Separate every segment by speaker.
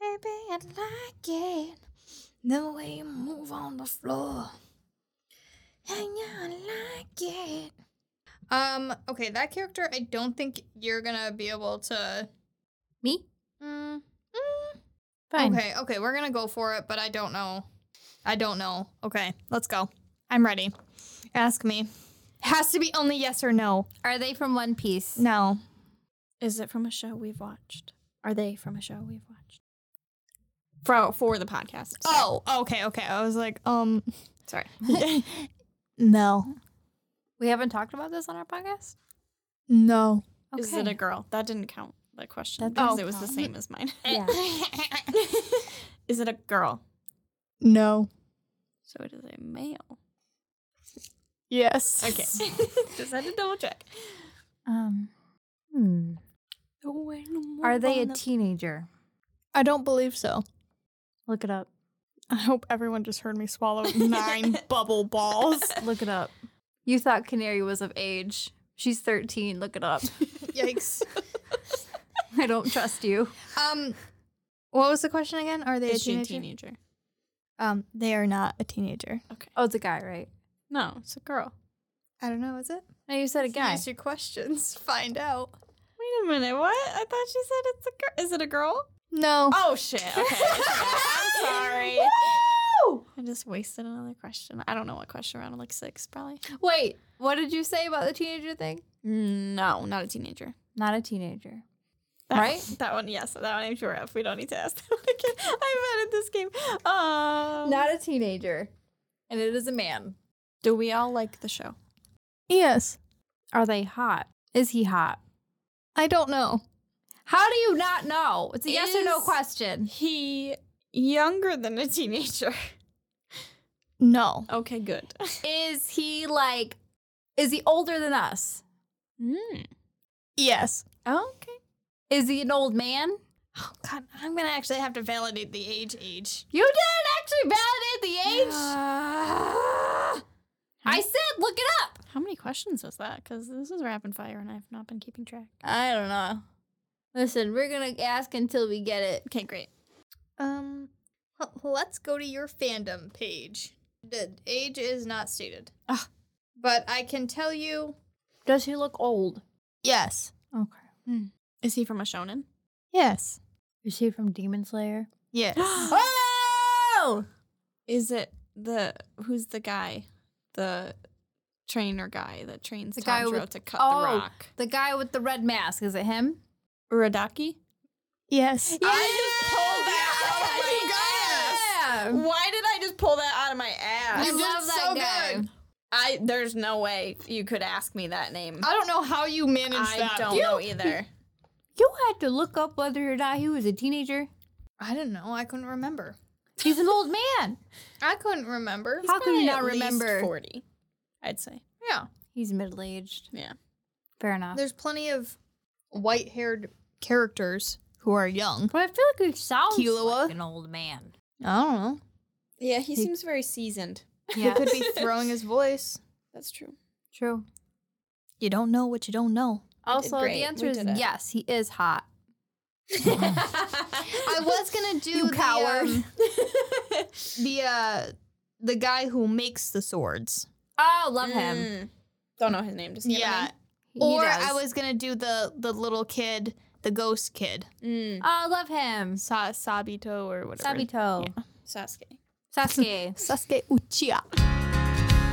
Speaker 1: Baby, I like it. The way you move on the floor. Yeah, yeah, I like it.
Speaker 2: Um, okay, that character, I don't think you're gonna be able to.
Speaker 3: Me?
Speaker 2: Mm, mm.
Speaker 3: Fine.
Speaker 2: Okay, okay, we're gonna go for it, but I don't know. I don't know. Okay, let's go. I'm ready. Ask me. Has to be only yes or no.
Speaker 3: Are they from One Piece?
Speaker 2: No.
Speaker 4: Is it from a show we've watched? Are they from a show we've watched?
Speaker 3: For, for the podcast.
Speaker 2: Oh, okay, okay. I was like, um,
Speaker 3: Sorry.
Speaker 2: no,
Speaker 3: we haven't talked about this on our podcast?
Speaker 2: no.
Speaker 4: Is it a girl? That didn't count the question
Speaker 3: That
Speaker 4: because
Speaker 3: doesn't
Speaker 4: it was the
Speaker 3: count.
Speaker 4: same as mine.
Speaker 3: Yeah.
Speaker 4: is it a girl?
Speaker 2: No.
Speaker 4: So it is a male.
Speaker 2: Yes.
Speaker 4: Okay. Just had to double check.
Speaker 3: um, hmm. Are they a teenager?
Speaker 2: I don't believe so.
Speaker 3: Look it up.
Speaker 2: I hope everyone just heard me swallow nine bubble balls.
Speaker 3: Look it up. You thought Canary was of age. She's 13. Look it up.
Speaker 2: Yikes.
Speaker 3: I don't trust you.
Speaker 2: Um, what was the question again? Are they
Speaker 4: Is
Speaker 2: a
Speaker 4: she a
Speaker 2: teenager?
Speaker 4: teenager?
Speaker 2: Um, they are not a teenager.
Speaker 3: Oh, it's a guy, right?
Speaker 4: No, it's a girl.
Speaker 2: I don't know. Is it?
Speaker 3: No, you said a guy.
Speaker 2: Ask your questions. Find out.
Speaker 4: Wait a minute. What? I thought she said it's a girl. Is it a girl?
Speaker 2: No.
Speaker 4: Oh shit. Okay. I'm sorry. I just wasted another question. I don't know what question around like six probably.
Speaker 3: Ah, Wait, what did you say about the teenager thing?
Speaker 4: Mm, No, not a teenager.
Speaker 3: Not a teenager.
Speaker 4: That
Speaker 3: Right?
Speaker 4: One, that one, yes. That one I'm sure of. We don't need to ask that one again. I'm bad at this game. Um,
Speaker 3: Not a teenager. And it is a man.
Speaker 4: do we all like the show?
Speaker 2: Yes.
Speaker 3: Are they hot? Is he hot?
Speaker 2: I don't know.
Speaker 3: How do you not know? It's a yes or no
Speaker 4: Is-
Speaker 3: question.
Speaker 4: He younger than a teenager.
Speaker 2: No.
Speaker 4: Okay, good.
Speaker 3: Is he like, is he older than us?
Speaker 4: Mm.
Speaker 2: Yes.
Speaker 3: Oh,
Speaker 4: Okay.
Speaker 3: Is he an old man?
Speaker 2: Oh God, I'm gonna actually have to validate the age. Age.
Speaker 3: You didn't actually validate the age.
Speaker 2: Ah.
Speaker 3: I said, look it up.
Speaker 4: How many questions was that? Because this is rapid fire, and I've not been keeping track.
Speaker 3: I don't know. Listen, we're going to ask until we get it.
Speaker 4: Okay, great.
Speaker 2: Um, l- let's go to your fandom page. The age is not stated.
Speaker 4: Ugh.
Speaker 2: But I can tell you.
Speaker 3: Does he look old?
Speaker 2: Yes.
Speaker 3: Okay.
Speaker 4: Is he from a shonen?
Speaker 2: Yes.
Speaker 3: Is he from Demon Slayer?
Speaker 2: Yes.
Speaker 3: Oh!
Speaker 4: Is it the who's the guy, the trainer guy that trains
Speaker 3: The
Speaker 4: the
Speaker 3: guy
Speaker 4: Tanjiro
Speaker 3: with-
Speaker 4: to cut
Speaker 3: oh.
Speaker 4: the rock?
Speaker 3: The guy with the red mask, is it him?
Speaker 4: Uradaki.
Speaker 2: yes.
Speaker 3: Yeah!
Speaker 4: I
Speaker 2: Oh
Speaker 4: just pulled that out of my ass. Why did I just pull that out of my ass?
Speaker 3: Um, I love that guy.
Speaker 4: I there's no way you could ask me that name.
Speaker 2: I don't know how you managed
Speaker 4: I
Speaker 2: that.
Speaker 4: don't know either.
Speaker 3: You had to look up whether or not he was a teenager.
Speaker 2: I don't know. I couldn't remember.
Speaker 3: He's an old man.
Speaker 2: I couldn't remember.
Speaker 3: How can you
Speaker 4: Probably
Speaker 3: not
Speaker 4: at least
Speaker 3: remember?
Speaker 4: Forty, I'd say.
Speaker 2: Yeah.
Speaker 3: He's middle aged.
Speaker 4: Yeah.
Speaker 3: Fair enough.
Speaker 2: There's plenty of white haired characters who are young.
Speaker 3: But I feel like he sounds
Speaker 2: Killua?
Speaker 3: like an old man.
Speaker 2: I don't know.
Speaker 4: Yeah, he seems very seasoned.
Speaker 3: Yeah,
Speaker 2: Could be throwing his voice.
Speaker 4: That's true.
Speaker 3: true.
Speaker 2: You don't know what you don't know.
Speaker 3: Also, the
Speaker 4: great.
Speaker 3: answer
Speaker 4: We
Speaker 3: is
Speaker 4: did it.
Speaker 3: yes, he is hot.
Speaker 2: I was gonna do
Speaker 3: You
Speaker 2: the,
Speaker 3: coward.
Speaker 2: um, the uh, the guy who makes the swords.
Speaker 3: Oh, love him.
Speaker 4: Mm. Don't know his name. Just give
Speaker 2: Yeah.
Speaker 3: He
Speaker 2: or
Speaker 3: does.
Speaker 2: I was gonna do the the little kid, the ghost kid,
Speaker 4: A name. Mm.
Speaker 3: Oh, love him.
Speaker 2: Sa- Sabito or whatever.
Speaker 3: Sabito.
Speaker 4: Sasuke.
Speaker 3: Sasuke.
Speaker 2: Sasuke Uchiha.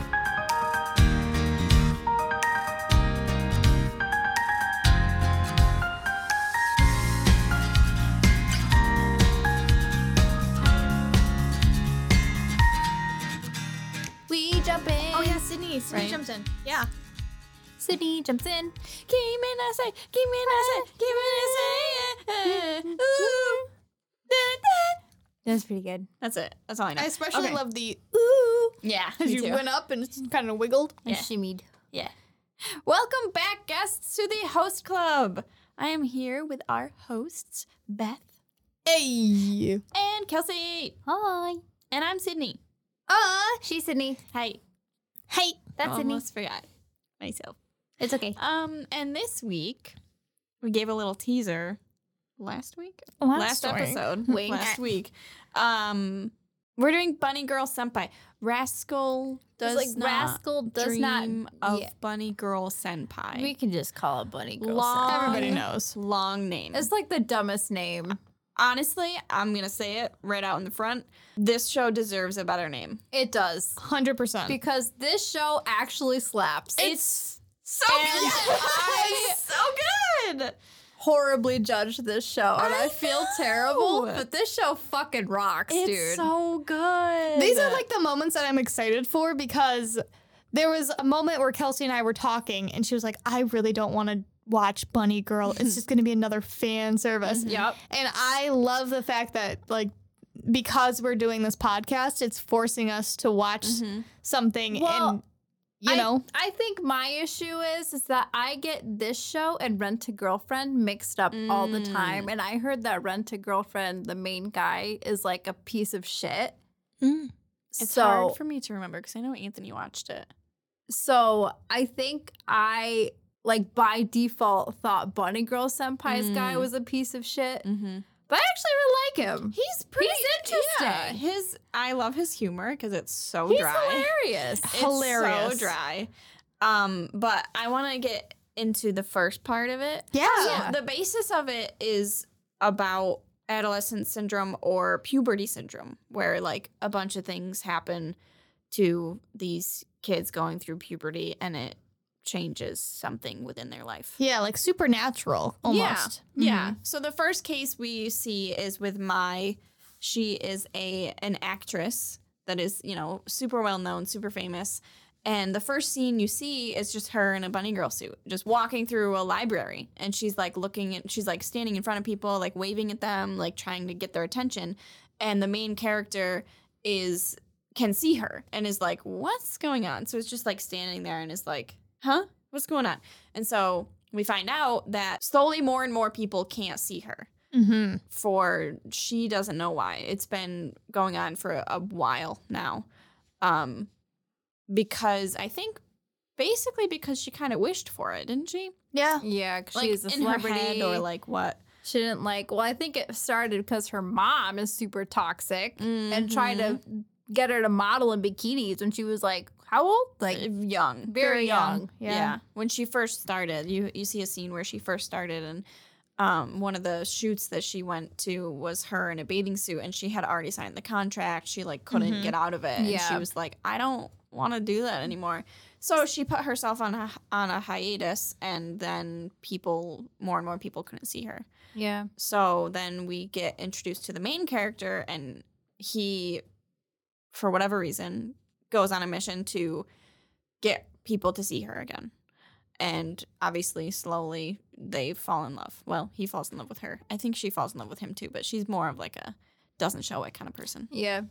Speaker 3: we jump in.
Speaker 2: Oh yeah, Sydney. Sydney
Speaker 4: Right.
Speaker 2: jumps in. Yeah.
Speaker 3: Sydney jumps in.
Speaker 4: Kiminase, Kiminase, Kiminase.
Speaker 3: That's pretty good.
Speaker 4: That's it. That's all I know.
Speaker 2: I especially
Speaker 4: Okay.
Speaker 2: love the ooh
Speaker 4: Yeah,
Speaker 2: as
Speaker 4: me
Speaker 2: you
Speaker 4: too.
Speaker 2: went up and kind of wiggled.
Speaker 3: I
Speaker 4: Yeah.
Speaker 3: shimmied.
Speaker 4: Yeah. Welcome back, guests, to the host club. I am here with our hosts, Beth
Speaker 2: Hey.
Speaker 4: and Kelsey,
Speaker 3: Hi.
Speaker 4: and I'm Sydney.
Speaker 3: Oh, she's Sydney.
Speaker 4: Hey,
Speaker 2: Hey.
Speaker 3: That's Sydney.
Speaker 4: almost forgot myself.
Speaker 3: It's okay.
Speaker 4: Um, and this week we gave a little teaser last week,
Speaker 2: Last
Speaker 4: last
Speaker 2: week.
Speaker 4: episode,
Speaker 2: Wink.
Speaker 4: last week. Um, we're doing Bunny Girl Senpai. Rascal does
Speaker 5: like
Speaker 4: not
Speaker 5: rascal does
Speaker 4: dream
Speaker 5: not.
Speaker 4: of
Speaker 5: yeah.
Speaker 4: Bunny Girl Senpai.
Speaker 5: We can just call it bunny girl.
Speaker 4: long,
Speaker 5: Senpai.
Speaker 2: Everybody
Speaker 4: knows. Long name.
Speaker 3: It's like the dumbest name.
Speaker 4: Honestly, I'm gonna say it right out in the front. This show deserves a better name.
Speaker 3: It does.
Speaker 2: 100%.
Speaker 3: Because this show actually slaps.
Speaker 4: It's so
Speaker 3: And I-
Speaker 4: It's so good.
Speaker 3: horribly judged this show, and I, feel terrible.
Speaker 4: know.
Speaker 3: But this show fucking rocks, dude.
Speaker 4: so good.
Speaker 2: These are like the moments that I'm excited for because there was a moment where Kelsey and I were talking and she was like, I really don't want to watch Bunny Girl. It's just going to be another fan service.
Speaker 4: Mm-hmm.
Speaker 3: Yep.
Speaker 2: And I love the fact that, like, because we're doing this podcast, it's forcing us to watch
Speaker 4: Mm-hmm.
Speaker 2: something
Speaker 3: Well,
Speaker 2: and, you
Speaker 3: I-
Speaker 2: know,
Speaker 3: I, think my issue is is that I get this show and Rent a Girlfriend mixed up all the time, and I heard that Rent a Girlfriend, the main guy, is like a piece of shit.
Speaker 5: Mm.
Speaker 4: It's
Speaker 3: so
Speaker 4: hard for me to remember because I know Anthony watched it.
Speaker 3: so I think I like by default thought Bunny Girl Senpai's guy
Speaker 4: Mm.
Speaker 3: was a piece of shit,
Speaker 4: Mm-hmm.
Speaker 3: but I actually really like him.
Speaker 4: He's
Speaker 3: pretty- yeah,
Speaker 4: his I love his humor because it's so
Speaker 3: He's
Speaker 4: dry.
Speaker 3: hilarious.
Speaker 4: It's
Speaker 2: Hilarious.
Speaker 4: so dry. Um, but I want to get into the first part of it.
Speaker 2: yeah.
Speaker 4: So the basis of it is about adolescent syndrome or puberty syndrome, where like a bunch of things happen to these kids going through puberty and it changes something within their life.
Speaker 2: Yeah, like supernatural almost.
Speaker 4: Yeah. So the first case we see is with Mai. She is a an actress that is, you know, super well known, super famous. And the first scene you see is just her in a bunny girl suit, just walking through a library. And she's like looking at she's like standing in front of people, like waving at them, like trying to get their attention. And the main character is can see her and is like, What's going on? So it's just like standing there and is like, Huh? What's going on? And so we find out that slowly more and more people can't see her
Speaker 2: Mm-hmm.
Speaker 4: for she doesn't know why. It's been going on for a while now. Um because I think basically because she kind of wished for it, didn't she?
Speaker 2: Yeah.
Speaker 3: Yeah, 'cause
Speaker 4: Like
Speaker 3: she's a
Speaker 4: in her head
Speaker 3: celebrity.
Speaker 4: or like what?
Speaker 3: she didn't like. Well, I think it started because her mom is super toxic and tried to
Speaker 4: Mm-hmm.
Speaker 3: get her to model in bikinis when she was like how old? Like
Speaker 4: Uh, young.
Speaker 3: very young.
Speaker 4: Yeah. When she first started, you you see a scene where she first started and um, one of the shoots that she went to was her in a bathing suit and she had already signed the contract. She like couldn't
Speaker 2: Mhm.
Speaker 4: get out of it. And she
Speaker 3: Mm-hmm. Yeah.
Speaker 4: was like, I don't want to do that anymore. So she put herself on a, on a hiatus and then people more and more people couldn't see her.
Speaker 3: Yeah.
Speaker 4: So then we get introduced to the main character, and he, for whatever reason, goes on a mission to get people to see her again. And obviously, slowly they fall in love. Well, he falls in love with her. I think she falls in love with him too, but she's more of like a doesn't show it kind of person.
Speaker 3: Yeah.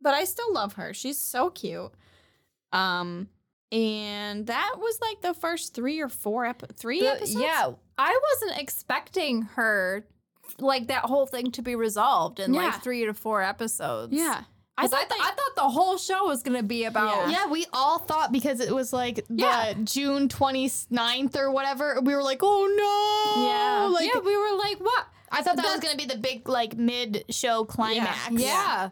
Speaker 4: But I still love her. She's so cute. Um, and that was like the first three or four ep- three
Speaker 3: The-
Speaker 4: episodes.
Speaker 3: yeah. I wasn't expecting her like that whole thing to be resolved in
Speaker 4: Yeah.
Speaker 3: like 3 to 4 episodes.
Speaker 4: yeah.
Speaker 3: I thought, I,
Speaker 4: they-
Speaker 3: I thought the whole show was going to be about
Speaker 4: Yeah.
Speaker 2: Yeah, we all thought because it was like the
Speaker 4: Yeah.
Speaker 2: June 29th or whatever, we were like, oh no.
Speaker 4: Yeah.
Speaker 2: Like,
Speaker 3: Yeah, we were like what?
Speaker 2: I thought that was
Speaker 3: that's-
Speaker 2: going to be the big, like, mid show climax.
Speaker 3: Yeah.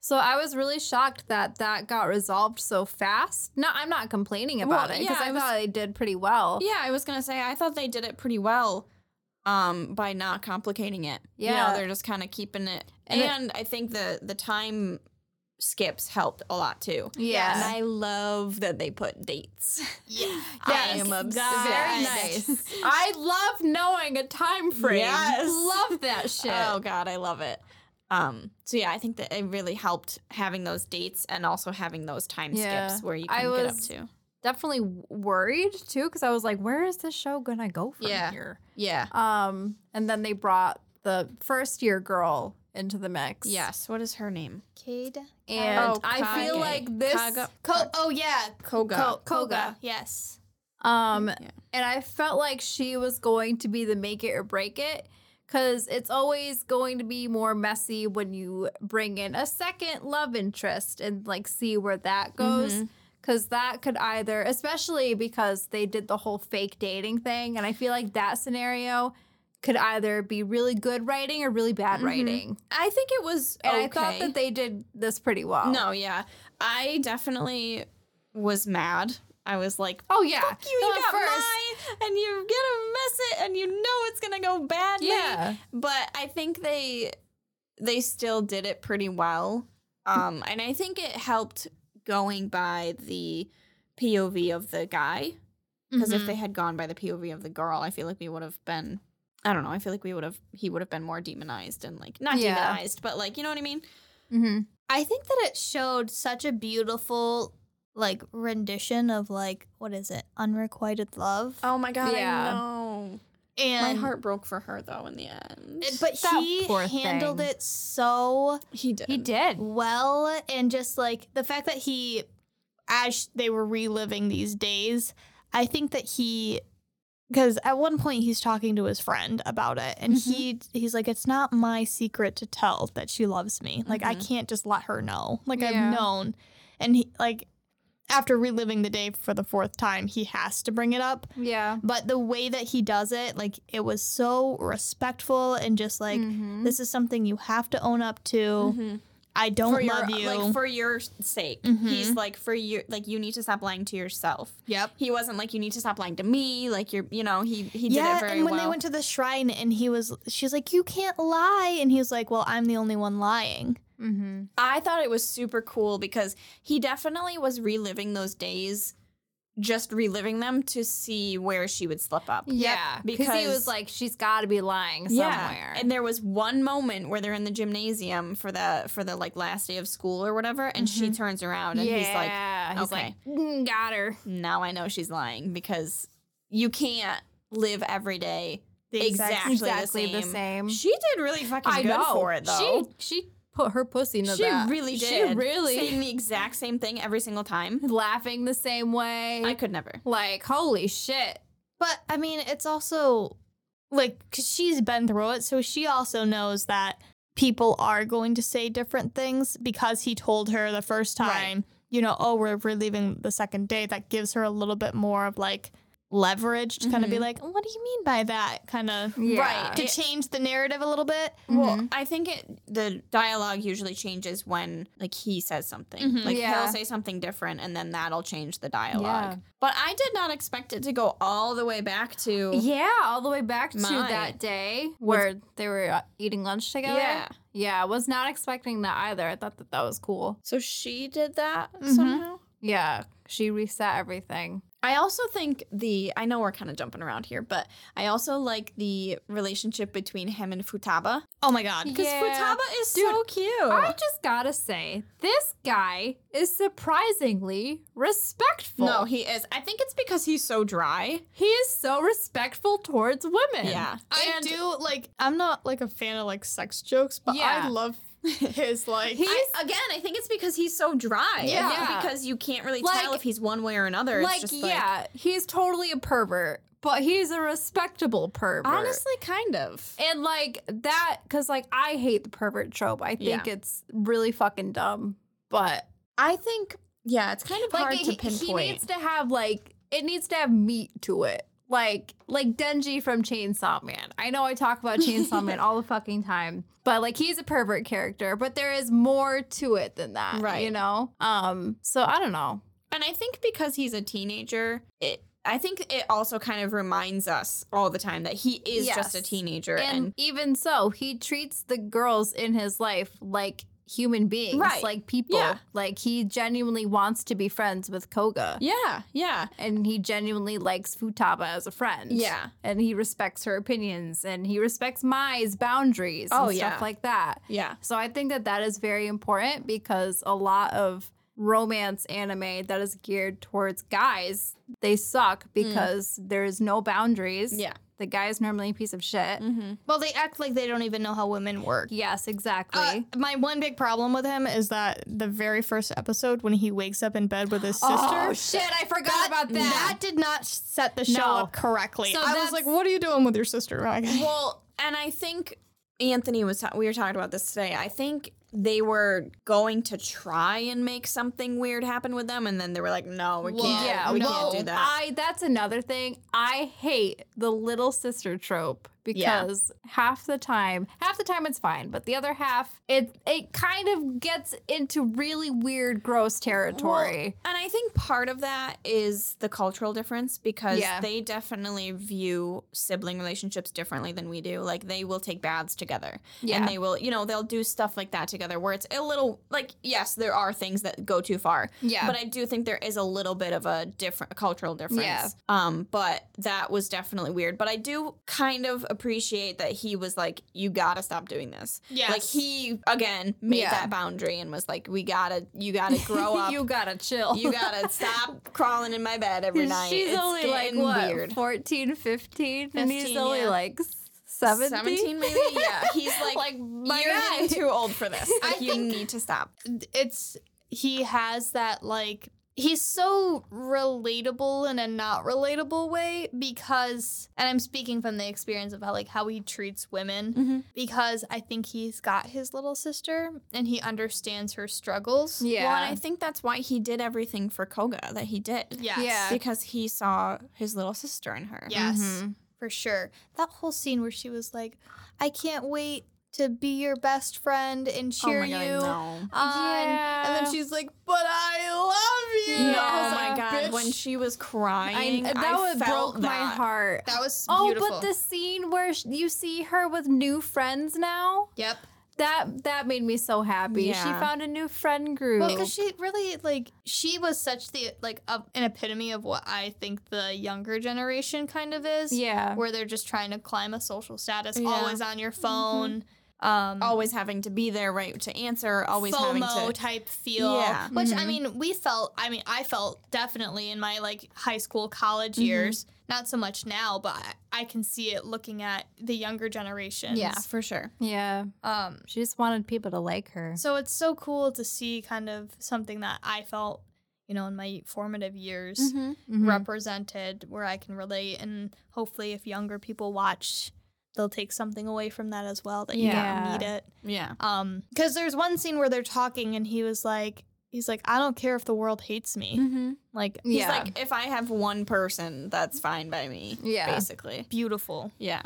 Speaker 3: So I was really shocked that that got resolved so fast. No, I'm not complaining about
Speaker 4: Well,
Speaker 3: it because
Speaker 4: yeah,
Speaker 3: I
Speaker 4: it was-
Speaker 3: thought they did pretty well.
Speaker 4: Yeah, I was gonna say I thought they did it pretty well um by not complicating it. You know,
Speaker 3: Yeah.
Speaker 4: they're just kind of keeping it and,
Speaker 3: And it-
Speaker 4: I think the the time skips helped a lot too.
Speaker 3: Yeah.
Speaker 4: And I love that they put dates.
Speaker 2: Yeah.
Speaker 4: I am obsessed.
Speaker 3: Very nice. I love knowing a time frame.
Speaker 4: Yes.
Speaker 3: Love that shit.
Speaker 4: Oh god, I love it. Um so yeah, I think that it really helped having those dates and also having those time
Speaker 3: Yeah.
Speaker 4: skips where you
Speaker 3: I
Speaker 4: can get up
Speaker 3: was-
Speaker 4: to.
Speaker 3: Definitely w- worried too because I was like, where is this show gonna go from
Speaker 4: Yeah.
Speaker 3: here?
Speaker 4: Yeah.
Speaker 3: Um, and then they brought the first year girl into the mix.
Speaker 4: Yes. What is her name?
Speaker 5: Kid.
Speaker 3: and
Speaker 4: Oh,
Speaker 3: I feel
Speaker 4: Kage.
Speaker 3: like this.
Speaker 4: Kaga-
Speaker 2: Co- oh, yeah.
Speaker 4: Koga.
Speaker 2: Co- Koga.
Speaker 3: Koga.
Speaker 2: Yes.
Speaker 3: Um,
Speaker 4: Yeah.
Speaker 3: and I felt like she was going to be the make it or break it because it's always going to be more messy when you bring in a second love interest and like see where that goes.
Speaker 4: Mhm.
Speaker 3: Because that could either, especially because they did the whole fake dating thing. And I feel like that scenario could either be really good writing or really bad writing.
Speaker 4: Mm-hmm. I think it was.
Speaker 3: And
Speaker 4: okay.
Speaker 3: I thought that they did this pretty well.
Speaker 4: No, yeah. I definitely was mad. I was like,
Speaker 3: Oh yeah.
Speaker 4: fuck you, you
Speaker 3: No, at
Speaker 4: got
Speaker 3: first-
Speaker 4: mine, and you're gonna mess it, and you know it's gonna go badly.
Speaker 3: Yeah.
Speaker 4: But I think they they still did it pretty well. Um, and I think it helped going by the POV of the guy. Because
Speaker 2: Mm-hmm.
Speaker 4: if they had gone by the POV of the girl, I feel like we would have been I don't know, I feel like we would have he would have been more demonized and like not
Speaker 3: Yeah.
Speaker 4: demonized, but like you know what I mean?
Speaker 3: Mhm.
Speaker 5: I think that it showed such a beautiful like rendition of like what is it? Unrequited love.
Speaker 4: Oh my god,
Speaker 3: I
Speaker 4: I know.
Speaker 5: and
Speaker 4: my heart broke for her though in the end.
Speaker 5: it- but
Speaker 3: That
Speaker 5: he
Speaker 3: poor
Speaker 5: handled
Speaker 3: thing.
Speaker 5: it so
Speaker 4: he did.
Speaker 3: He did.
Speaker 5: well and just like
Speaker 2: the fact that he as they were reliving these days i think that he because at one point he's talking to his friend about it and he he's like it's not my secret to tell that she loves me like i
Speaker 4: Mhm.
Speaker 2: can't just let her know like
Speaker 3: Yeah.
Speaker 2: i've known and he like after reliving the day for the fourth time he has to bring it up
Speaker 3: Yeah.
Speaker 2: but the way that he does it like it was so respectful and just like
Speaker 3: Mhm.
Speaker 2: this is something you have to own up to i don't
Speaker 4: Mm-hmm. For your,
Speaker 2: love you
Speaker 4: like for your sake.
Speaker 2: Mhm.
Speaker 4: He's like for your like you need to stop lying to yourself.
Speaker 2: yep
Speaker 4: He wasn't like you need to stop lying to me. Like you're you know he he did
Speaker 2: yeah,
Speaker 4: it very
Speaker 2: and when
Speaker 4: well.
Speaker 2: they went to the shrine, and he was, she's like, "You can't lie," and he was like, "Well, I'm the only one lying."
Speaker 3: Mhm.
Speaker 4: I thought it was super cool because he definitely was reliving those days, just reliving them to see where she would slip up.
Speaker 3: Yeah, because he
Speaker 4: because-
Speaker 3: was like, she's got to be lying somewhere.
Speaker 4: And there was one moment where they're in the gymnasium for the for the like last day of school or whatever, and she turns around and he's like,
Speaker 3: Yeah, he's like,
Speaker 4: "Okay."
Speaker 3: "Mm, got her.
Speaker 4: "Now I know she's lying because you can't live every day exactly,
Speaker 3: exactly
Speaker 4: the,
Speaker 3: the
Speaker 4: same.
Speaker 3: same.
Speaker 4: She did really fucking good for it though.
Speaker 3: She she put her pussy into
Speaker 4: She
Speaker 3: that.
Speaker 4: really did.
Speaker 3: She really
Speaker 4: saying the exact same thing every single time.
Speaker 3: laughing the same way.
Speaker 4: I could never.
Speaker 3: like holy shit.
Speaker 2: But I mean, it's also like because she's been through it, so she also knows that people are going to say different things because he told her the first
Speaker 4: Right.
Speaker 2: time. You know, oh, we're we're leaving the second day. That gives her a little bit more of like leverage to kind of be
Speaker 4: Mhm.
Speaker 2: like, what do you mean by that? Kind of
Speaker 3: Yeah.
Speaker 4: Right. Mm.
Speaker 2: to change the narrative a little bit.
Speaker 3: mm-hmm.
Speaker 4: Well, I think it the dialogue usually changes when like he says something.
Speaker 2: Mhm.
Speaker 4: Like
Speaker 3: Yeah.
Speaker 4: he'll say something different and then that'll change the dialogue. But I did not expect it to go all the way back to
Speaker 3: Yeah, all the way back to
Speaker 4: Mine.
Speaker 3: that day where they were uh, eating lunch together.
Speaker 4: Yeah.
Speaker 3: Yeah, I was not expecting that either. I thought that that was cool.
Speaker 4: So she did that
Speaker 3: Mm-hmm.
Speaker 4: somehow.
Speaker 3: Yeah, she reset everything.
Speaker 4: I also think the I know we're kind of jumping around here, but I also like the relationship between him and Futaba
Speaker 2: Oh my god.
Speaker 4: because
Speaker 3: Yeah.
Speaker 4: Futaba is
Speaker 3: Dude,
Speaker 4: so cute.
Speaker 3: I just gotta say, this guy is surprisingly respectful.
Speaker 4: no, he is. I think it's because he's so dry.
Speaker 3: He is so respectful towards women.
Speaker 4: Yeah.
Speaker 2: I
Speaker 3: And-
Speaker 2: do like. I'm not like a fan of like sex jokes, but
Speaker 3: Yeah.
Speaker 2: I love his like.
Speaker 3: He-
Speaker 4: I- again, I think it's because he's so dry. Yeah,
Speaker 3: Yeah.
Speaker 4: because you can't really
Speaker 3: Like-
Speaker 4: tell if he's one way or another. It's
Speaker 3: Like,
Speaker 4: just
Speaker 3: yeah, he's totally a pervert, but he's a respectable pervert.
Speaker 4: honestly, kind of.
Speaker 3: And like that, because like I hate the pervert trope. I think it's really fucking dumb. But
Speaker 4: I think, yeah, it's kind of
Speaker 3: like
Speaker 4: hard
Speaker 3: it-
Speaker 4: to
Speaker 3: he-
Speaker 4: pinpoint.
Speaker 3: He needs to have like it needs to have meat to it. Like like Denji from Chainsaw Man. I know I talk about Chainsaw Man all the fucking time, but like he's a pervert character, but there is more to it than that, You
Speaker 4: Right.
Speaker 3: know. Um. So I don't know.
Speaker 4: and I think because he's a teenager, it. I think it also kind of reminds us all the time that he is just a
Speaker 3: Yes.
Speaker 4: teenager
Speaker 3: And,
Speaker 4: and,
Speaker 3: even so, he treats the girls in his life like human beings,
Speaker 4: Right.
Speaker 3: like people.
Speaker 4: Yeah.
Speaker 3: Like he genuinely wants to be friends with Koga.
Speaker 4: yeah, yeah,
Speaker 3: And he genuinely likes Futaba as a friend.
Speaker 4: Yeah.
Speaker 3: And he respects her opinions and he respects Mai's boundaries
Speaker 4: Oh,
Speaker 3: and
Speaker 4: yeah.
Speaker 3: stuff like that.
Speaker 4: yeah.
Speaker 3: So I think that that is very important because a lot of romance anime that is geared towards guys, they suck because there's no boundaries.
Speaker 4: Yeah. Mm-hmm.
Speaker 3: The guy is normally a piece of shit.
Speaker 2: well, they act like they don't even know how women work.
Speaker 3: Yes, exactly.
Speaker 2: Uh, my one big problem with him is that the very first episode when he wakes up in bed with his sister,
Speaker 3: oh shit, I forgot about that.
Speaker 2: that did not set the show
Speaker 3: No.
Speaker 2: up correctly.
Speaker 3: So
Speaker 2: I was
Speaker 3: that's-
Speaker 2: like, "What are you doing with your sister?" Rag?"
Speaker 4: Well, and I think Anthony was. Ta- we were talking about this today. I think they were going to try and make something weird happen with them, and then they were like, "No, we can't.
Speaker 3: yeah,
Speaker 4: we
Speaker 3: well,
Speaker 4: can't do that."
Speaker 3: I that's another thing. I hate the little sister trope
Speaker 4: Yeah.
Speaker 3: because half the time, half the time it's fine, but the other half it it kind of gets into really weird gross territory.
Speaker 4: And I think part of that is the cultural difference because
Speaker 3: Yeah.
Speaker 4: they definitely view sibling relationships differently than we do. Like they will take baths together.
Speaker 3: Yeah.
Speaker 4: And they will, you know, they'll do stuff like that together where it's a little like yes, there are things that go too far.
Speaker 3: yeah.
Speaker 4: But I do think there is a little bit of a different a cultural difference.
Speaker 3: Yeah.
Speaker 4: Um, but that was definitely weird. But I do kind of appreciate that he was like, You gotta stop doing this.
Speaker 2: Yes.
Speaker 4: Like he again made
Speaker 3: Yeah.
Speaker 4: that boundary and was like, We gotta you gotta grow up.
Speaker 3: you gotta chill.
Speaker 4: You gotta stop crawling in my bed every night.
Speaker 3: Oh. She's
Speaker 4: It's
Speaker 3: only like
Speaker 4: getting
Speaker 3: what,
Speaker 4: weird.
Speaker 3: 14, 15, and he's
Speaker 4: 15,
Speaker 3: only
Speaker 4: yeah.
Speaker 3: like 17.
Speaker 4: maybe. Yeah, he's like,
Speaker 3: like my
Speaker 4: you're
Speaker 3: guy.
Speaker 4: getting too old for this. Like, you
Speaker 2: think-
Speaker 4: need to stop.
Speaker 2: it's he has that like he's so relatable in a not relatable way because and i'm speaking from the experience of how like how he treats women
Speaker 4: Mhm.
Speaker 2: because i think he's got his little sister and he understands her struggles
Speaker 3: Yeah.
Speaker 4: Well, and I think that's why he did everything for Koga that he did.
Speaker 2: yes
Speaker 3: Yeah.
Speaker 4: Because he saw his little sister in her.
Speaker 2: yes
Speaker 3: Mhm.
Speaker 2: for sure that whole scene where she was like i can't wait to be your best friend and
Speaker 4: Oh
Speaker 3: Mm-hmm.
Speaker 2: cheer
Speaker 4: my god,
Speaker 2: you
Speaker 4: no.
Speaker 2: on and then
Speaker 3: Yeah.
Speaker 2: she's like but i love you I
Speaker 4: No,
Speaker 2: was
Speaker 3: Yeah.
Speaker 4: Oh my
Speaker 2: like,
Speaker 4: god.
Speaker 2: "Bitch,
Speaker 4: When she was crying,
Speaker 3: I, that
Speaker 4: I
Speaker 3: would
Speaker 4: felt
Speaker 3: broke my
Speaker 4: that.
Speaker 3: heart.
Speaker 2: that was
Speaker 3: Oh,
Speaker 2: beautiful.
Speaker 3: but the scene where sh- you see her with new friends now,
Speaker 2: Yep.
Speaker 3: that that made me so happy. She
Speaker 4: Yeah.
Speaker 3: found a new friend group.
Speaker 2: Well, because she really like she was such the like a, an epitome of what I think the younger generation kind of is.
Speaker 3: yeah.
Speaker 2: Where they're just trying to climb a social status,
Speaker 4: Yeah. Mm-hmm.
Speaker 2: always on your phone, um,
Speaker 4: Always having to be there, right, to answer, always
Speaker 2: FOMO
Speaker 4: having to.
Speaker 2: type feel.
Speaker 4: Yeah. Mm-hmm.
Speaker 2: Which I
Speaker 3: Mhm.
Speaker 2: mean, we felt. I mean, I felt definitely in my like high school, college
Speaker 4: Mm-hmm.
Speaker 2: years. Not so much now, but I, I can see it looking at the younger generations.
Speaker 4: Yeah, for sure.
Speaker 3: yeah.
Speaker 2: Um.
Speaker 3: She just wanted people to like her.
Speaker 2: So it's so cool to see kind of something that I felt, you know, in my formative years
Speaker 3: Mm-hmm.
Speaker 2: represented where I can relate. And hopefully, if younger people watch, they'll take something away from that as well that you
Speaker 3: Yeah.
Speaker 2: don't need it.
Speaker 4: Yeah.
Speaker 2: Um, because there's one scene where they're talking and he was like, he's like, I don't care if the world hates me. Like,
Speaker 3: Mm-hmm.
Speaker 4: He's
Speaker 3: yeah.
Speaker 4: like, if I have one person, that's fine by me.
Speaker 3: Yeah.
Speaker 4: Basically.
Speaker 2: beautiful.
Speaker 4: Yeah.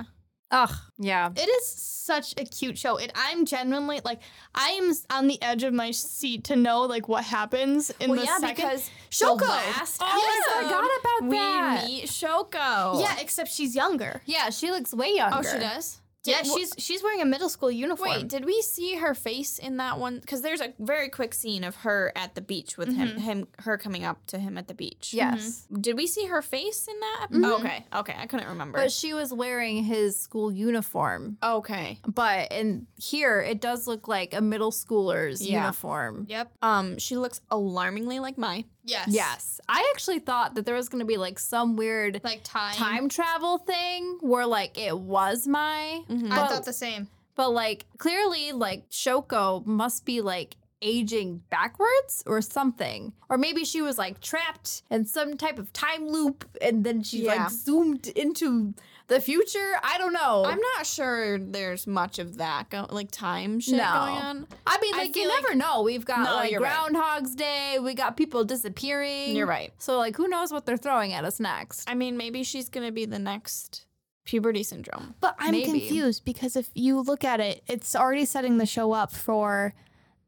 Speaker 3: Ugh. Yeah.
Speaker 2: It is such a cute show, and I'm genuinely like, I am on the edge of my seat to know like what happens in the second.
Speaker 4: Shoko.
Speaker 2: Shoko.
Speaker 3: Oh, I forgot about
Speaker 4: we
Speaker 3: that.
Speaker 4: meet Shoko.
Speaker 2: Yeah, except she's younger.
Speaker 3: yeah, she looks way younger.
Speaker 4: Oh, she does.
Speaker 2: Yeah,
Speaker 4: Did- wh-
Speaker 2: she's she's wearing a middle school uniform.
Speaker 4: Wait, did we see her face in that one? Because there's a very quick scene of her at the beach with him, him, her coming up to him at the beach. Mm-hmm.
Speaker 3: Yes.
Speaker 4: Did we see her face in that? Okay. Okay. I couldn't remember.
Speaker 3: But she was wearing his school uniform.
Speaker 4: okay.
Speaker 3: But in here, it does look like a middle schooler's
Speaker 4: Yeah.
Speaker 3: uniform.
Speaker 2: Yep.
Speaker 4: Um, she looks alarmingly like Mai.
Speaker 2: Yes.
Speaker 3: Yes. I actually thought that there was going to be like some weird
Speaker 2: Like time.
Speaker 3: time travel thing where like it was my.
Speaker 2: I
Speaker 4: Mm-hmm.
Speaker 3: But-
Speaker 2: thought the same.
Speaker 3: But like clearly, like Shoko must be like aging backwards or something. Or maybe she was like trapped in some type of time loop and then she
Speaker 4: Yeah.
Speaker 3: like zoomed into the future. I don't know.
Speaker 4: I'm not sure there's much of that go- like time shit
Speaker 3: No.
Speaker 4: going on.
Speaker 3: I mean,
Speaker 4: I
Speaker 3: like you
Speaker 4: feel like-
Speaker 3: never know. We've got
Speaker 4: No,
Speaker 3: like
Speaker 4: you're right.
Speaker 3: Groundhog's Day. We got people disappearing.
Speaker 4: You're right.
Speaker 3: So like, who knows what they're throwing at us next?
Speaker 4: I mean, maybe she's gonna be the next puberty syndrome.
Speaker 2: But I'm
Speaker 3: Maybe.
Speaker 2: confused because if you look at it, it's already setting the show up for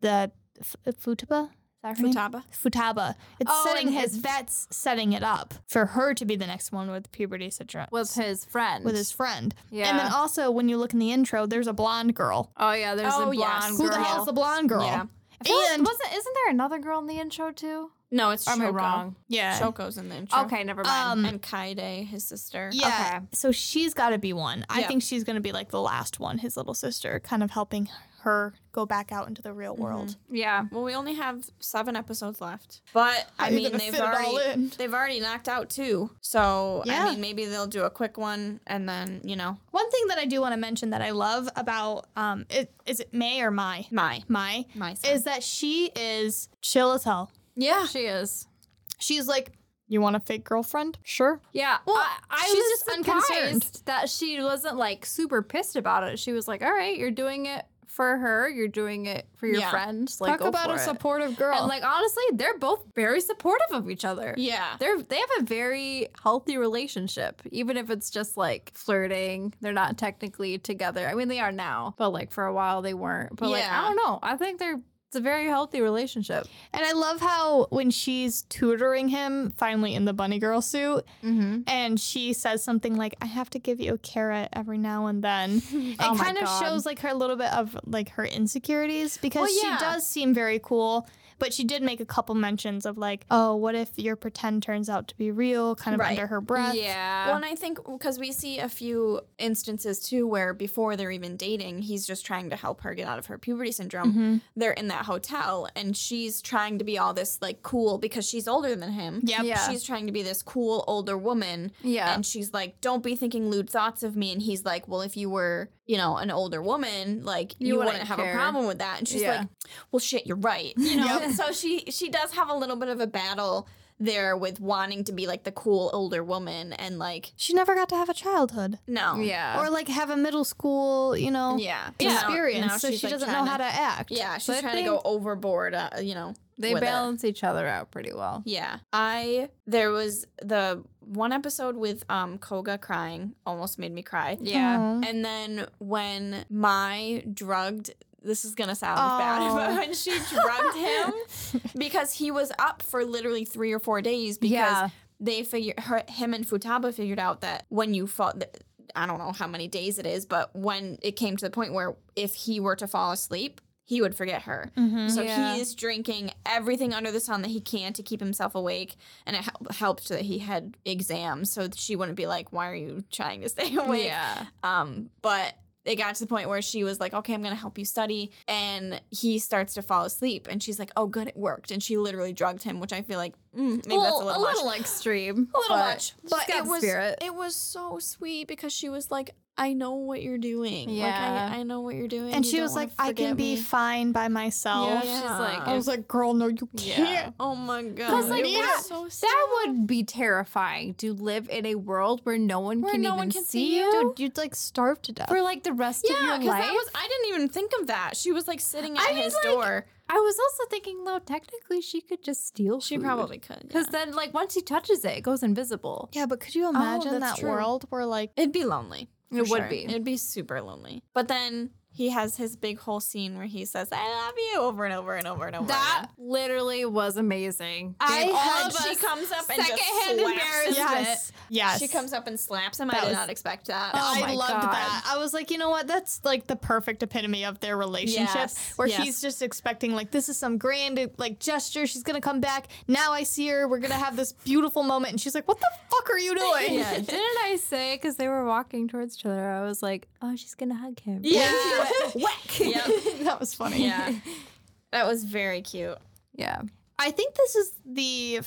Speaker 2: the F- Futaba. Is that her name?
Speaker 4: Futaba.
Speaker 2: Futaba. It's
Speaker 3: Oh,
Speaker 2: setting
Speaker 3: and
Speaker 2: his
Speaker 3: it's-
Speaker 2: vets setting it up for her to be the next one with puberty syndrome
Speaker 3: With his friend.
Speaker 2: with his friend.
Speaker 3: Yeah.
Speaker 2: And then also when you look in the intro, there's a blonde girl.
Speaker 3: oh yeah, there's
Speaker 4: Oh,
Speaker 3: a blonde
Speaker 4: yes.
Speaker 3: girl.
Speaker 2: Who the hell's the blonde girl?
Speaker 4: Yeah.
Speaker 2: And
Speaker 3: wasn't isn't there another girl in the intro too?
Speaker 4: No, it's
Speaker 3: Or am I
Speaker 4: Shoko.
Speaker 3: wrong?
Speaker 2: yeah.
Speaker 4: Shoko's in the intro.
Speaker 3: Okay, never mind.
Speaker 2: Um,
Speaker 4: and Kaide, his sister.
Speaker 2: Yeah.
Speaker 3: Okay.
Speaker 2: So she's got to be one. I
Speaker 4: Yeah.
Speaker 2: think she's going to be like the last one, his little sister, kind of helping her go back out into the real world.
Speaker 3: yeah.
Speaker 4: Well, we only have seven episodes left, but I
Speaker 2: are you
Speaker 4: mean,
Speaker 2: gonna
Speaker 4: they've
Speaker 2: fit it all
Speaker 4: already
Speaker 2: in?
Speaker 4: they've already knocked out two. So I
Speaker 2: Yeah.
Speaker 4: mean, maybe they'll do a quick one and then you know,
Speaker 2: One thing that I do want to mention that I love about um it, is it May or Mai?
Speaker 4: my
Speaker 2: Mai
Speaker 4: my son.
Speaker 2: is that she is chill as hell.
Speaker 3: Yeah. She is.
Speaker 2: She's like, you want a fake girlfriend? Sure.
Speaker 3: Yeah.
Speaker 2: Well,
Speaker 3: I, I
Speaker 2: she's
Speaker 3: was
Speaker 2: just
Speaker 3: surprised
Speaker 2: unconcerned.
Speaker 3: that she wasn't like super pissed about it. She was like, "All right, you're doing it for her. You're doing it for your
Speaker 4: Yeah.
Speaker 3: friends. Like go
Speaker 2: Talk about
Speaker 3: for
Speaker 2: a
Speaker 3: it.
Speaker 2: supportive girl.
Speaker 3: And like honestly, they're both very supportive of each other.
Speaker 4: Yeah.
Speaker 3: They're they have a very healthy relationship, even if it's just like flirting. They're not technically together. I mean, they are now, but like for a while they weren't. But like I
Speaker 4: Yeah.
Speaker 3: don't know. I think they're it's a very healthy relationship.
Speaker 2: and I love how when she's tutoring him, finally in the bunny girl suit,
Speaker 3: Mm-hmm.
Speaker 2: and she says something like, I have to give you a carrot every now and then. It
Speaker 3: Oh my
Speaker 2: kind of
Speaker 3: God.
Speaker 2: shows like her a little bit of like her insecurities because
Speaker 3: Well, yeah.
Speaker 2: she does seem very cool. But she did make a couple mentions of like, oh, what if your pretend turns out to be real, kind of
Speaker 4: Right.
Speaker 2: under her breath.
Speaker 3: Yeah.
Speaker 4: Well, and I think because we see a few instances too where before they're even dating, he's just trying to help her get out of her puberty syndrome.
Speaker 3: Mm-hmm.
Speaker 2: Mhm.
Speaker 4: They're in that hotel and she's trying to be all this like cool because she's older than him.
Speaker 2: Yep.
Speaker 3: Yeah.
Speaker 4: She's trying to be this cool older woman.
Speaker 3: yeah.
Speaker 4: And she's like, don't be thinking lewd thoughts of me. And he's like, well, if you were, you know, an older woman, like
Speaker 3: You
Speaker 4: you, wouldn't,
Speaker 3: wouldn't
Speaker 4: have
Speaker 3: care.
Speaker 4: a problem with that. And she's
Speaker 3: Yeah.
Speaker 4: like, well, shit, you're right. You know? So she she does have a little bit of a battle there with wanting to be like the cool older woman and like
Speaker 2: She never got to have a childhood
Speaker 4: no.
Speaker 3: yeah.
Speaker 2: or like have a middle school, you know,
Speaker 4: Yeah.
Speaker 2: experience.
Speaker 4: Now
Speaker 2: so
Speaker 4: she's,
Speaker 2: she
Speaker 4: like,
Speaker 2: doesn't know how
Speaker 4: trying
Speaker 2: to act.
Speaker 4: Yeah, she's
Speaker 3: But I
Speaker 4: trying to go overboard, uh, you know.
Speaker 3: they
Speaker 4: with it.
Speaker 3: balance each other out pretty well.
Speaker 4: Yeah. I there was the one episode with um Koga crying almost made me cry.
Speaker 3: Yeah.
Speaker 2: Aw.
Speaker 4: And then when my drugged, this is gonna sound bad,
Speaker 2: Oh.
Speaker 4: but when she drugged him because he was up for literally three or four days because
Speaker 3: Yeah.
Speaker 4: they figured her, him and Futaba figured out that when you fall. th- I don't know how many days it is, but when it came to the point where if he were to fall asleep, he would forget her. So
Speaker 3: Yeah.
Speaker 4: he is drinking everything under the sun that he can to keep himself awake. And it hel- helped that he had exams, so that she wouldn't be like, "Why are you trying to stay awake?"
Speaker 3: Yeah.
Speaker 4: Um, but it got to the point where she was like, "Okay, I'm gonna help you study," and he starts to fall asleep, and she's like, "Oh, good, it worked." And she literally drugged him, which I feel like mm, maybe that's a
Speaker 3: Well,
Speaker 4: little, much.
Speaker 3: extreme.
Speaker 4: a little
Speaker 3: but
Speaker 4: much, but
Speaker 3: got
Speaker 4: it
Speaker 3: the
Speaker 4: was
Speaker 3: spirit.
Speaker 4: it was so sweet because she was like, "I know what you're doing.
Speaker 3: Yeah.
Speaker 4: like, I, I know what you're doing."
Speaker 2: And
Speaker 4: You
Speaker 2: she
Speaker 4: don't
Speaker 2: was
Speaker 4: wanna
Speaker 2: like, I can
Speaker 4: forget
Speaker 2: be
Speaker 4: me."
Speaker 2: fine by myself.
Speaker 3: Yeah,
Speaker 4: Yeah.
Speaker 3: she's like,
Speaker 2: I was like, girl, no, you
Speaker 4: Yeah.
Speaker 2: can't.
Speaker 4: Oh my god.
Speaker 3: 'Cause, like,
Speaker 4: It
Speaker 3: that-
Speaker 4: was so sad.
Speaker 3: That would be terrifying to live in a world where no one
Speaker 4: Where
Speaker 3: can
Speaker 4: no
Speaker 3: even
Speaker 4: one can
Speaker 3: see,
Speaker 4: see
Speaker 3: you
Speaker 2: Dude, you'd like starve to death.
Speaker 3: for like the rest of
Speaker 4: yeah,
Speaker 3: your
Speaker 4: because
Speaker 3: life.
Speaker 4: that was I didn't even think of that. She was like sitting at
Speaker 3: I mean,
Speaker 4: his
Speaker 3: like,
Speaker 4: door.
Speaker 3: I was also thinking, though, technically she could just steal.
Speaker 4: She probably could.
Speaker 3: because
Speaker 4: yeah.
Speaker 3: then, like, once she touches it, it goes invisible.
Speaker 2: Yeah, but could you imagine
Speaker 4: that's
Speaker 2: that
Speaker 4: true.
Speaker 2: world where like
Speaker 4: it'd be lonely.
Speaker 3: It
Speaker 4: for
Speaker 3: would
Speaker 4: sure.
Speaker 3: be.
Speaker 4: It'd be super lonely. But then he has his big whole scene where he says, "I love you" over and over and over and over.
Speaker 3: That
Speaker 4: again.
Speaker 3: literally was amazing.
Speaker 4: Oh, I
Speaker 3: Gave all
Speaker 4: had.
Speaker 3: of us
Speaker 4: She comes up and just
Speaker 3: secondhand
Speaker 4: slaps him.
Speaker 3: Yes.
Speaker 2: Yes.
Speaker 4: She comes up and slaps him. I
Speaker 2: That
Speaker 4: did
Speaker 2: was-
Speaker 4: not expect that.
Speaker 3: Oh my
Speaker 2: I loved
Speaker 3: God.
Speaker 2: that. I was like, you know what? That's like the perfect epitome of their relationship
Speaker 4: Yes,
Speaker 2: where
Speaker 4: yes.
Speaker 2: he's just expecting like this is some grand like gesture. She's going to come back. Now I see her. We're going to have this beautiful moment and she's like, "What the fuck are you doing?"
Speaker 3: yeah, didn't I say? Because they were walking towards each other, I was like, "Oh, she's gonna hug him."
Speaker 4: Yeah. Yep.
Speaker 2: that was funny.
Speaker 4: Yeah. That was very cute.
Speaker 3: yeah.
Speaker 2: I think this is the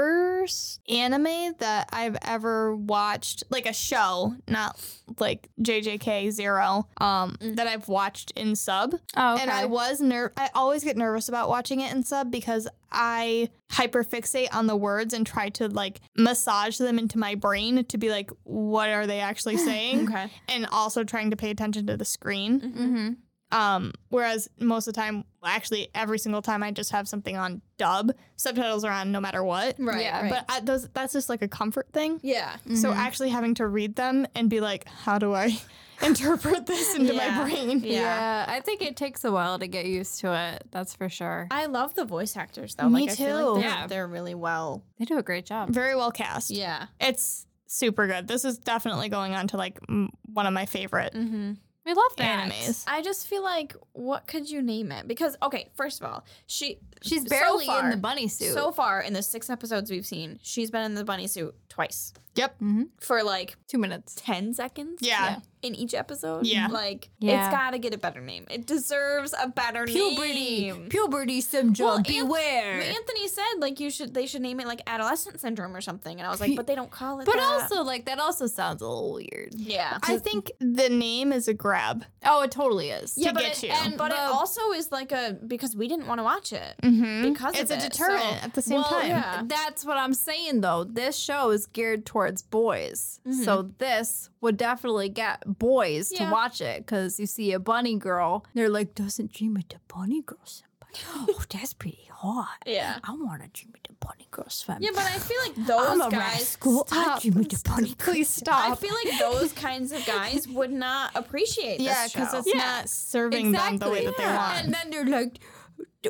Speaker 2: first anime that I've ever watched, like a show, not like JJK Zero, um, that I've watched in sub.
Speaker 3: Oh, okay.
Speaker 2: And I was ner I always get nervous about watching it in sub because I hyperfixate on the words and try to like massage them into my brain to be like, what are they actually saying?
Speaker 4: Okay.
Speaker 2: and also trying to pay attention to the screen.
Speaker 3: Mm-hmm.
Speaker 2: Um, whereas most of the time, actually every single time, I just have something on dub. Subtitles are on no matter what.
Speaker 4: Right.
Speaker 3: Yeah,
Speaker 4: right.
Speaker 2: But I, those, that's just like a comfort thing.
Speaker 4: yeah.
Speaker 2: So actually having to read them and be like, how do I interpret this into
Speaker 4: Yeah.
Speaker 2: my brain?
Speaker 4: Yeah.
Speaker 3: Yeah. I think it takes a while to get used to it. That's for sure.
Speaker 4: I love the voice actors though.
Speaker 2: Me
Speaker 4: like, I feel
Speaker 2: too.
Speaker 4: like they're,
Speaker 3: Yeah.
Speaker 4: they're really well.
Speaker 3: They do a great job.
Speaker 2: Very well cast.
Speaker 4: Yeah.
Speaker 2: It's super good. This is definitely going on to like m- one of my favorite
Speaker 4: Mm-hmm.
Speaker 3: We love that.
Speaker 2: animes.
Speaker 4: I just feel like what could you name it? Because okay, first of all, she
Speaker 3: She's
Speaker 4: so
Speaker 3: barely in
Speaker 4: far-
Speaker 3: the bunny suit.
Speaker 4: So far in the six episodes we've seen, she's been in the bunny suit twice
Speaker 2: Yep.
Speaker 4: for like
Speaker 3: two minutes.
Speaker 4: ten seconds.
Speaker 2: Yeah.
Speaker 4: In each episode.
Speaker 2: Yeah.
Speaker 4: Like
Speaker 3: Yeah.
Speaker 4: it's gotta get a better name. It deserves a better name.
Speaker 3: puberty syndrome.
Speaker 4: Well, Anth-
Speaker 3: beware.
Speaker 4: Anthony said like you should they should name it like adolescent syndrome or something. And I was like,
Speaker 3: Pe-
Speaker 4: but they don't call it
Speaker 3: but
Speaker 4: that.
Speaker 3: also, like that also sounds a little weird.
Speaker 4: Yeah.
Speaker 2: I think the name is a grab.
Speaker 3: Oh, it totally is.
Speaker 2: Yeah. to
Speaker 4: but
Speaker 2: get
Speaker 4: it,
Speaker 2: you.
Speaker 4: And, but it
Speaker 3: The-
Speaker 4: also is like a because we didn't want to watch it
Speaker 2: Mm-hmm.
Speaker 4: because
Speaker 2: it's a
Speaker 4: of it,
Speaker 2: deterrent
Speaker 4: so-
Speaker 2: at the same
Speaker 4: Well,
Speaker 2: time.
Speaker 4: yeah.
Speaker 3: That's what I'm saying though. This show is geared towards boys. So this would definitely get boys to
Speaker 4: Yeah.
Speaker 3: watch it because you see a bunny girl, they're like, doesn't dream of the bunny girl senpai. oh, that's pretty hot.
Speaker 4: Yeah.
Speaker 3: I want to dream of the bunny girl senpai.
Speaker 4: Yeah, but I feel like those guys.
Speaker 3: rascal. I dream of the bunny girl.
Speaker 2: Please
Speaker 4: I
Speaker 2: stop.
Speaker 4: feel like those kinds of guys would not appreciate this
Speaker 2: yeah,
Speaker 4: because
Speaker 2: because it's
Speaker 3: Yeah.
Speaker 2: not serving them the way that they want.
Speaker 3: And then they're like,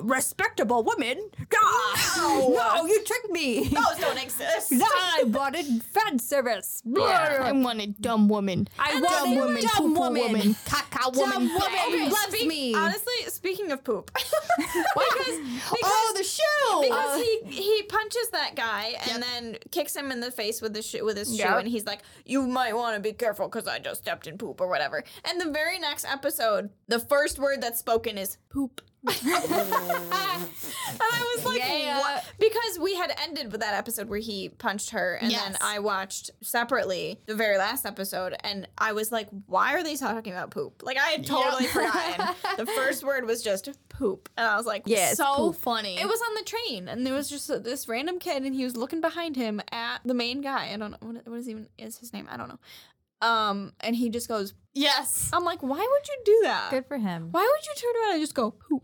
Speaker 3: respectable women. No, no you tricked me.
Speaker 4: those don't exist.
Speaker 3: No, I wanted fan service.
Speaker 2: I want a dumb woman.
Speaker 3: I
Speaker 2: dumb
Speaker 3: want a
Speaker 2: woman,
Speaker 3: dumb
Speaker 2: poo-poo
Speaker 3: woman.
Speaker 2: caca
Speaker 3: Dumb
Speaker 2: woman.
Speaker 3: woman
Speaker 4: Okay,
Speaker 3: loves
Speaker 4: speak-
Speaker 3: me.
Speaker 4: Honestly, speaking of poop, because
Speaker 2: oh, the shoe.
Speaker 3: Oh, Uh,
Speaker 4: because he he punches that guy and then kicks him in the face with the shoe with his shoe
Speaker 3: Yep.
Speaker 4: and he's like you might want to be careful because i just stepped in poop or whatever and the very next episode the first word that's spoken is poop and i was like
Speaker 3: Yeah.
Speaker 4: what because we had ended with that episode where he punched her and then
Speaker 2: Yes.
Speaker 4: i watched separately the very last episode and i was like why are they talking about poop like i had totally forgotten the first word was just poop and i was like
Speaker 3: Yeah, it's
Speaker 4: so
Speaker 3: poop.
Speaker 2: funny.
Speaker 4: it was on the train, and there was just uh, this random kid, and he was looking behind him at the main guy. I don't know what, what is even is his name. I don't know. Um, and he just goes.
Speaker 2: yes.
Speaker 4: I'm like, why would you do that?
Speaker 3: Good for him.
Speaker 4: Why would you turn around and just go poop?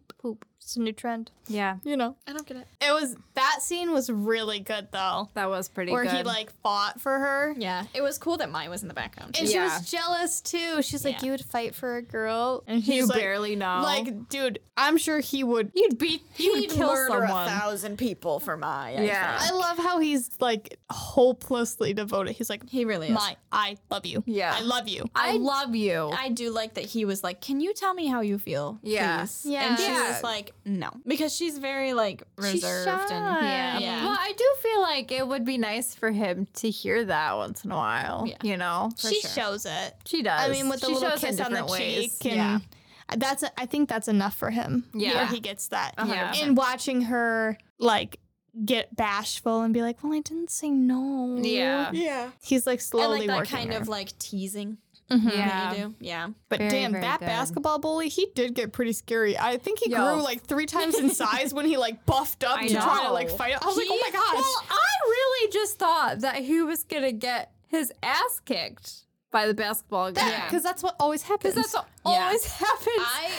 Speaker 5: It's a new trend.
Speaker 3: Yeah,
Speaker 2: You know,
Speaker 4: I don't get it.
Speaker 2: it was that scene was really good though,
Speaker 3: that was pretty
Speaker 2: where
Speaker 3: good.
Speaker 2: he like fought for her.
Speaker 4: Yeah, it was cool that mine was in the background.
Speaker 2: And
Speaker 4: too.
Speaker 2: she
Speaker 3: Yeah.
Speaker 2: was jealous too. She's like,
Speaker 4: Yeah.
Speaker 2: "You would fight for a girl," and he's
Speaker 3: you
Speaker 2: like,
Speaker 3: barely know.
Speaker 2: "Like, dude, I'm sure he would."
Speaker 3: you'd beat, you would
Speaker 4: He'd
Speaker 3: kill
Speaker 4: murder
Speaker 3: someone.
Speaker 4: a thousand people for my.
Speaker 3: Yeah.
Speaker 4: I
Speaker 2: I
Speaker 4: think.
Speaker 2: love how he's like hopelessly devoted. He's like,
Speaker 4: he really is.
Speaker 2: "My, I love you.
Speaker 3: Yeah.
Speaker 2: I love you."
Speaker 3: I love you.
Speaker 4: I do like that he was like, "Can you tell me how you feel?"
Speaker 3: Yeah.
Speaker 4: please?"
Speaker 2: Yeah.
Speaker 4: and she
Speaker 3: Yeah.
Speaker 4: was like, "No," because she's very like reserved and
Speaker 3: yeah.
Speaker 4: Yeah.
Speaker 3: Well, I do feel like it would be nice for him to hear that once in a while.
Speaker 4: Yeah.
Speaker 3: You know,
Speaker 2: she shows it.
Speaker 3: she does.
Speaker 2: I mean, with the
Speaker 3: She
Speaker 2: little
Speaker 3: shows in
Speaker 2: kiss on the
Speaker 3: different ways.
Speaker 2: cheek, and
Speaker 3: yeah.
Speaker 2: that's I think that's enough for him.
Speaker 3: Yeah.
Speaker 2: where he gets that.
Speaker 4: hundred
Speaker 3: Yeah.
Speaker 4: percent.
Speaker 2: And watching her like get bashful and be like, "Well, I didn't say no."
Speaker 3: Yeah.
Speaker 4: yeah,
Speaker 2: he's like slowly
Speaker 4: I like that
Speaker 2: working
Speaker 4: kind
Speaker 2: her.
Speaker 4: of like teasing.
Speaker 2: Mhm.
Speaker 4: Yeah.
Speaker 3: Yeah.
Speaker 4: do. Yeah.
Speaker 2: But
Speaker 3: Very,
Speaker 2: damn,
Speaker 3: very
Speaker 2: that
Speaker 3: good.
Speaker 2: basketball bully, he did get pretty scary. I think he
Speaker 3: Yo.
Speaker 2: grew like three times in size when he like buffed up
Speaker 3: I
Speaker 2: to try to
Speaker 3: know.
Speaker 2: like fight. I was like,
Speaker 4: He-
Speaker 2: oh my gosh.
Speaker 3: Well, I really just thought that he was gonna get his ass kicked by the basketball guy.
Speaker 2: that, Because that's what always happens.
Speaker 3: Because that's what
Speaker 4: Yeah.
Speaker 3: always happens.
Speaker 4: I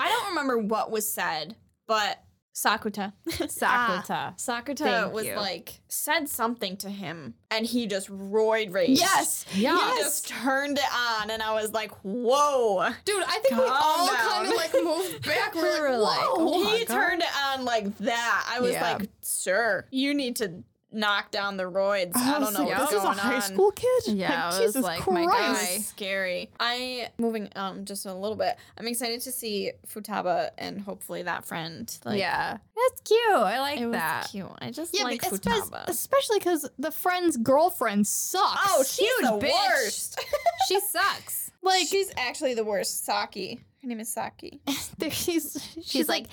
Speaker 4: I don't remember what was said, but Sakuta.
Speaker 2: Ah.
Speaker 3: Sakuta.
Speaker 4: Sakuta
Speaker 3: Thank
Speaker 4: was
Speaker 3: you.
Speaker 4: like said something to him and he just roared rage.
Speaker 2: yes.
Speaker 3: Yeah.
Speaker 4: He just turned it on and I was like, whoa.
Speaker 2: Dude, I think we
Speaker 4: Calm
Speaker 2: all
Speaker 4: down.
Speaker 2: kind of like moved back. We're
Speaker 3: We were
Speaker 2: like,
Speaker 3: like,
Speaker 2: whoa.
Speaker 3: oh my
Speaker 4: he
Speaker 3: God.
Speaker 4: turned it on like that. I was
Speaker 3: Yeah.
Speaker 4: like, sure, you need to knock down the roids. I,
Speaker 2: was
Speaker 4: don't know
Speaker 2: like,
Speaker 4: what's
Speaker 2: This
Speaker 4: going
Speaker 2: is a high
Speaker 4: on.
Speaker 2: school kid.
Speaker 3: Yeah,
Speaker 2: like,
Speaker 3: I was
Speaker 2: Jesus
Speaker 3: like, my
Speaker 2: Christ.
Speaker 4: That was
Speaker 3: guy.
Speaker 4: scary. I moving um just a little bit. I'm excited to see Futaba and hopefully that friend. Like,
Speaker 3: yeah, that's cute. I like
Speaker 4: it was
Speaker 3: that.
Speaker 4: cute. I just
Speaker 2: Yeah,
Speaker 4: like
Speaker 2: but especially,
Speaker 4: Futaba.
Speaker 2: especially because the friend's girlfriend sucks.
Speaker 4: Oh, she's
Speaker 3: huge
Speaker 4: the
Speaker 3: bitch.
Speaker 4: worst.
Speaker 3: she sucks.
Speaker 2: like
Speaker 4: she's actually the worst. Saki. Her name is Saki.
Speaker 2: there- she's, she's like,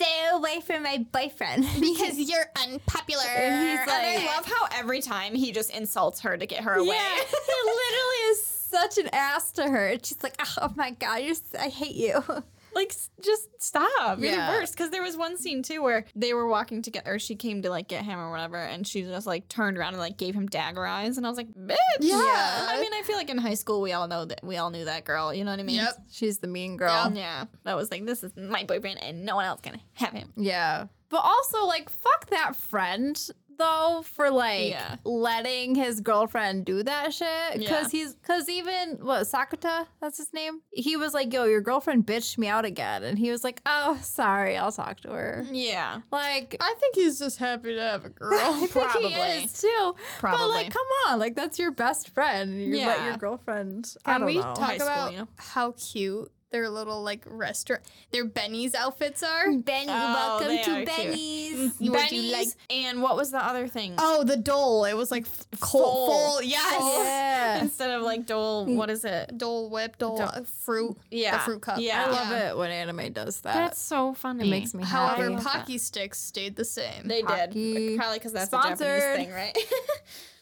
Speaker 5: Stay away from my boyfriend.
Speaker 2: because you're unpopular.
Speaker 3: And he's
Speaker 4: and I
Speaker 3: like-
Speaker 4: love how every time he just insults her to get her away.
Speaker 3: Yeah, he literally is such an ass to her. And she's like, oh my god, you're, s- I hate you.
Speaker 4: like, s- just stop. You're
Speaker 3: Yeah.
Speaker 4: the worst. Because there was one scene too where they were walking together, or she came to like get him or whatever, and she just like turned around and like gave him dagger eyes, and I was like, bitch.
Speaker 2: Yeah.
Speaker 4: I mean, I feel like in high school we all know that we all knew that girl. You know what I mean?
Speaker 2: Yep.
Speaker 3: She's the mean girl.
Speaker 4: Yeah. That was like, this is my boyfriend, and no one else can have him.
Speaker 3: Yeah. But also, like, fuck that friend, though, for like
Speaker 4: Yeah.
Speaker 3: letting his girlfriend do that shit.
Speaker 4: Yeah.
Speaker 3: Cause he's, cause even, what, Sakuta? That's his name? He was like, yo, your girlfriend bitched me out again. And he was like, oh, sorry, I'll talk to her.
Speaker 4: Yeah.
Speaker 3: Like,
Speaker 2: I think he's just happy to have a girl.
Speaker 3: I think he is too. But
Speaker 4: Probably.
Speaker 3: like, come on, like that's your best friend. and You let
Speaker 4: Yeah.
Speaker 3: your girlfriend. I
Speaker 2: Can
Speaker 3: don't
Speaker 2: we
Speaker 3: know.
Speaker 2: talk
Speaker 4: High school,
Speaker 2: about
Speaker 4: you know?
Speaker 2: how cute their little like restaurant, their Benny's outfits are?
Speaker 5: Benny,
Speaker 4: Oh,
Speaker 5: welcome
Speaker 4: they are
Speaker 5: to
Speaker 4: cute. Mm-hmm.
Speaker 5: Benny's.
Speaker 2: You would do,
Speaker 4: Benny's,
Speaker 2: like-
Speaker 4: and what was the other thing?
Speaker 2: oh, the dole. It was like f-
Speaker 4: Full.
Speaker 2: cold, full. Yes.
Speaker 3: yeah.
Speaker 4: Instead of like Dole, what is it?
Speaker 2: Dole whip, dole, uh, fruit. The
Speaker 4: Yeah.
Speaker 2: fruit cup.
Speaker 4: Yeah.
Speaker 3: I love
Speaker 2: Yeah.
Speaker 3: it when anime does that.
Speaker 4: That's so funny.
Speaker 3: it makes me
Speaker 2: However,
Speaker 3: happy.
Speaker 2: Pocky sticks stayed the same.
Speaker 4: They
Speaker 3: Hockey.
Speaker 4: did. Probably because that's a
Speaker 3: Sponsored.
Speaker 4: Japanese thing, right?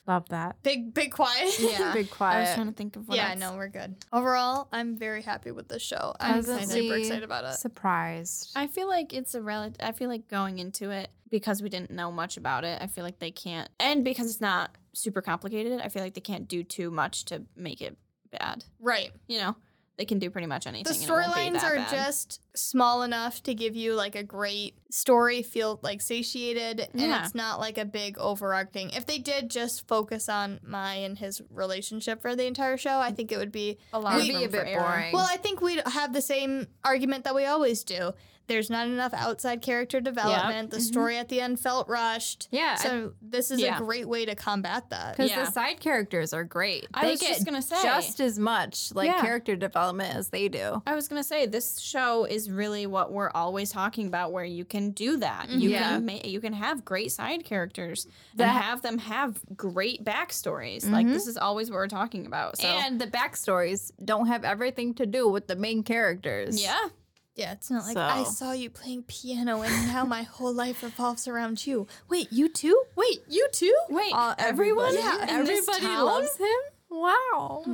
Speaker 3: Love that.
Speaker 2: big, big quiet.
Speaker 4: Yeah.
Speaker 3: Big
Speaker 4: I was
Speaker 3: quiet.
Speaker 4: trying to think of what
Speaker 2: yeah,
Speaker 4: else.
Speaker 2: no, we're good. Overall, I'm very happy with this show. I'm excited- super
Speaker 3: Pleasantly
Speaker 2: excited about it.
Speaker 3: Surprised.
Speaker 4: I feel like it's a relative. I feel like going into it because we didn't know much about it. I feel like they can't, and because it's not super complicated. I feel like they can't do too much to make it bad.
Speaker 2: Right.
Speaker 4: You know, they can do pretty much anything.
Speaker 2: The
Speaker 4: and it won't be
Speaker 2: storylines
Speaker 4: that
Speaker 2: are
Speaker 4: bad.
Speaker 2: just small enough to give you like a great story, feel like satiated, and
Speaker 4: Yeah.
Speaker 2: it's not like a big overarching. If they did just focus on Mai and his relationship for the entire show, I think it would be
Speaker 4: a
Speaker 3: It
Speaker 4: lot
Speaker 3: would
Speaker 4: of
Speaker 3: be a
Speaker 4: room for
Speaker 3: bit
Speaker 4: error.
Speaker 3: boring.
Speaker 2: Well, I think we have the same argument that we always do. There's not enough outside character development. The
Speaker 4: Mhm.
Speaker 2: story at the end felt rushed.
Speaker 3: Mm-hmm. yeah,
Speaker 2: So this is
Speaker 4: yeah.
Speaker 2: a great way to combat that.
Speaker 3: because
Speaker 4: yeah.
Speaker 3: the side characters are great.
Speaker 4: I
Speaker 3: they
Speaker 4: was
Speaker 3: get
Speaker 4: just gonna say.
Speaker 3: just as much like
Speaker 4: Yeah.
Speaker 3: character development as they do.
Speaker 4: I was gonna say this show is really what we're always talking about, where you can do that. You
Speaker 3: Yeah.
Speaker 4: can ma- you can have great side characters Mm-hmm. that Mm-hmm.
Speaker 3: That-
Speaker 4: have them have great backstories. Like this is always what we're talking about. So
Speaker 3: And the backstories don't have everything to do with the main characters.
Speaker 4: yeah,
Speaker 2: yeah, it's not like
Speaker 3: So-
Speaker 2: I saw you playing piano and now my whole life revolves around you. Wait, you too? Wait, you too?
Speaker 4: wait,
Speaker 3: Uh,
Speaker 4: everyone,
Speaker 2: Yeah,
Speaker 4: in this
Speaker 3: everybody
Speaker 4: town?
Speaker 3: loves him. Wow.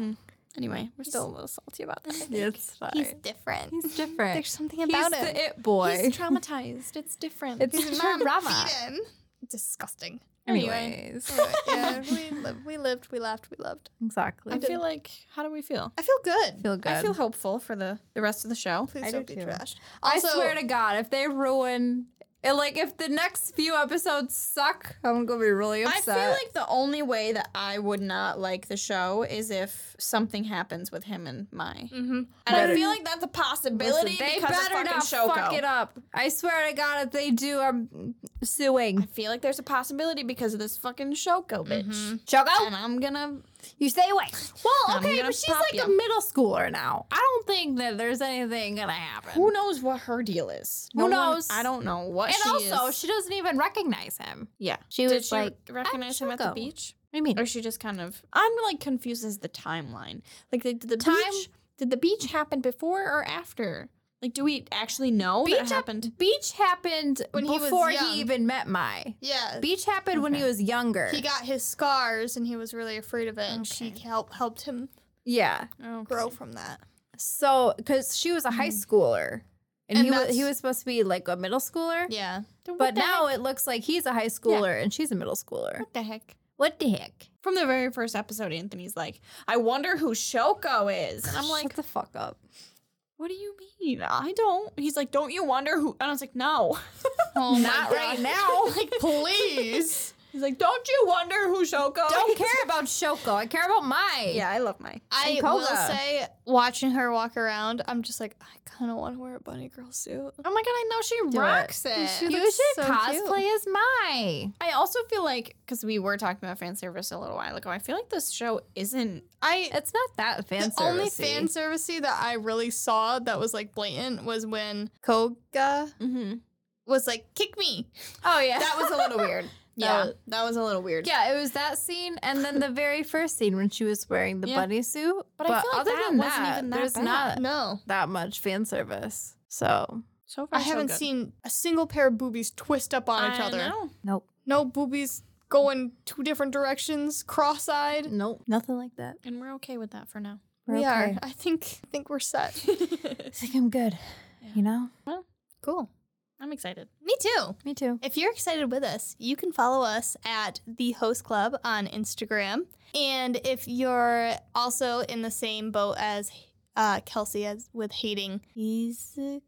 Speaker 4: Anyway, we're still a little salty about that.
Speaker 3: It's fine.
Speaker 2: He's different.
Speaker 3: He's different.
Speaker 2: There's something about
Speaker 3: He's
Speaker 2: him.
Speaker 3: the it boy.
Speaker 4: traumatized. It's different.
Speaker 3: it's his mom, Rama.
Speaker 2: Eden. Disgusting.
Speaker 3: Anyways,
Speaker 2: yeah, we, li- we lived, we laughed, we loved.
Speaker 3: exactly.
Speaker 4: I feel like how do we feel?
Speaker 2: I feel good.
Speaker 3: feel good.
Speaker 4: I feel hopeful for the the rest of the show.
Speaker 2: Please
Speaker 3: I
Speaker 2: don't
Speaker 3: do
Speaker 2: be
Speaker 3: too.
Speaker 2: trashed.
Speaker 3: I
Speaker 2: Also-
Speaker 3: swear to God, if they ruin, and, like if the next few episodes suck, I'm gonna be really
Speaker 4: I
Speaker 3: upset.
Speaker 4: feel like the only way that I would not like the show is if something happens with him and my.
Speaker 2: Mm-hmm.
Speaker 4: And
Speaker 3: Better-
Speaker 4: I feel like that's a possibility
Speaker 3: Listen, they
Speaker 4: because
Speaker 3: better
Speaker 4: of fucking
Speaker 3: not
Speaker 4: Shoko.
Speaker 3: fuck it up. I swear to God, if they do, I'm
Speaker 4: I
Speaker 3: suing.
Speaker 4: feel like there's a possibility because of this fucking Shoko bitch. Oh,
Speaker 3: Shoko,
Speaker 4: Mm-hmm. And I'm gonna
Speaker 3: you stay away. Well,
Speaker 4: I'm
Speaker 3: okay,
Speaker 4: gonna
Speaker 3: but she's
Speaker 4: pop
Speaker 3: like a
Speaker 4: you.
Speaker 3: middle schooler now. I don't think that there's anything gonna happen.
Speaker 4: who knows what her deal is?
Speaker 3: Who
Speaker 4: one-
Speaker 3: knows?
Speaker 4: I don't know what
Speaker 3: and
Speaker 4: she
Speaker 3: also,
Speaker 4: is.
Speaker 3: she doesn't even recognize him.
Speaker 4: yeah.
Speaker 3: She
Speaker 4: Did
Speaker 3: was
Speaker 4: she
Speaker 3: like,
Speaker 4: recognize
Speaker 3: "I'm
Speaker 4: him at the
Speaker 3: Shoko."
Speaker 4: beach?
Speaker 3: I mean,
Speaker 4: Or she just kind of I'm like confused as the timeline. Like did the
Speaker 3: Time-
Speaker 4: beach did the beach happen before or after? Like do we actually know
Speaker 3: Beach
Speaker 4: that
Speaker 3: hap-
Speaker 4: happened?
Speaker 3: Beach happened
Speaker 2: When he was
Speaker 3: before he,
Speaker 2: young.
Speaker 3: even met Mai.
Speaker 2: Yeah.
Speaker 3: Beach happened when he was younger.
Speaker 2: He got his scars and he was really afraid of it, and she helped helped him
Speaker 3: yeah.
Speaker 4: Oh,
Speaker 2: grow from that.
Speaker 3: So, because she was a high schooler,
Speaker 2: And
Speaker 3: and, he was
Speaker 2: that's-
Speaker 3: he was supposed to be like a middle schooler.
Speaker 2: Yeah,
Speaker 3: But now it looks like he's a high schooler and she's a middle schooler.
Speaker 4: the heck?
Speaker 3: What the heck?
Speaker 4: From the very first episode, Anthony's like, I wonder who Shoko is. And I'm like,
Speaker 3: Shut the fuck up.
Speaker 4: what do you mean? I don't. He's like, don't you wonder who? And I was like, no.
Speaker 2: oh
Speaker 3: Not right now.
Speaker 2: like please.
Speaker 4: He's like, don't you wonder who Shoko
Speaker 3: Don't
Speaker 4: is?
Speaker 3: care about Shoko. I care about Mai.
Speaker 4: Yeah, I love my.
Speaker 2: I
Speaker 3: And
Speaker 2: will
Speaker 3: Koga.
Speaker 2: say, watching her walk around, I'm just like, I kind of want to wear a bunny girl suit.
Speaker 4: Oh my god, I know she
Speaker 3: Do it.
Speaker 4: rocks it.
Speaker 2: She
Speaker 3: You should
Speaker 2: looks so
Speaker 3: cosplay as Mai.
Speaker 4: I also feel like, because we were talking about fan service a little while ago, I feel like this show isn't.
Speaker 2: I
Speaker 3: It's not that
Speaker 2: the
Speaker 3: fancy.
Speaker 2: only fan servicey that I really saw that was like blatant was when Koga
Speaker 3: Mm-hmm.
Speaker 2: was like, "Kick me."
Speaker 4: Oh yeah, that was a little weird.
Speaker 2: Yeah.
Speaker 4: that, that was a little weird.
Speaker 3: Yeah, it was that scene, and then the very first scene when she was wearing the
Speaker 4: Yeah.
Speaker 3: bunny suit.
Speaker 4: But I feel like that wasn't even that
Speaker 3: there's
Speaker 4: bad.
Speaker 3: not
Speaker 2: No,
Speaker 3: that much fan service. So
Speaker 4: so far
Speaker 2: I haven't seen a single pair of boobies twist up on each other.
Speaker 3: nope,
Speaker 2: No boobies going two different directions, cross-eyed.
Speaker 3: nope, nothing like that.
Speaker 4: and we're okay with that for now.
Speaker 3: We're
Speaker 2: we
Speaker 3: okay.
Speaker 2: are. I think I think we're set.
Speaker 3: I think I'm good. You know,
Speaker 2: cool.
Speaker 4: I'm excited.
Speaker 2: Me too.
Speaker 3: me too.
Speaker 2: If you're excited with us, you can follow us at the Host Club on Instagram. And if you're also in the same boat as uh, Kelsey as with hating Izakai,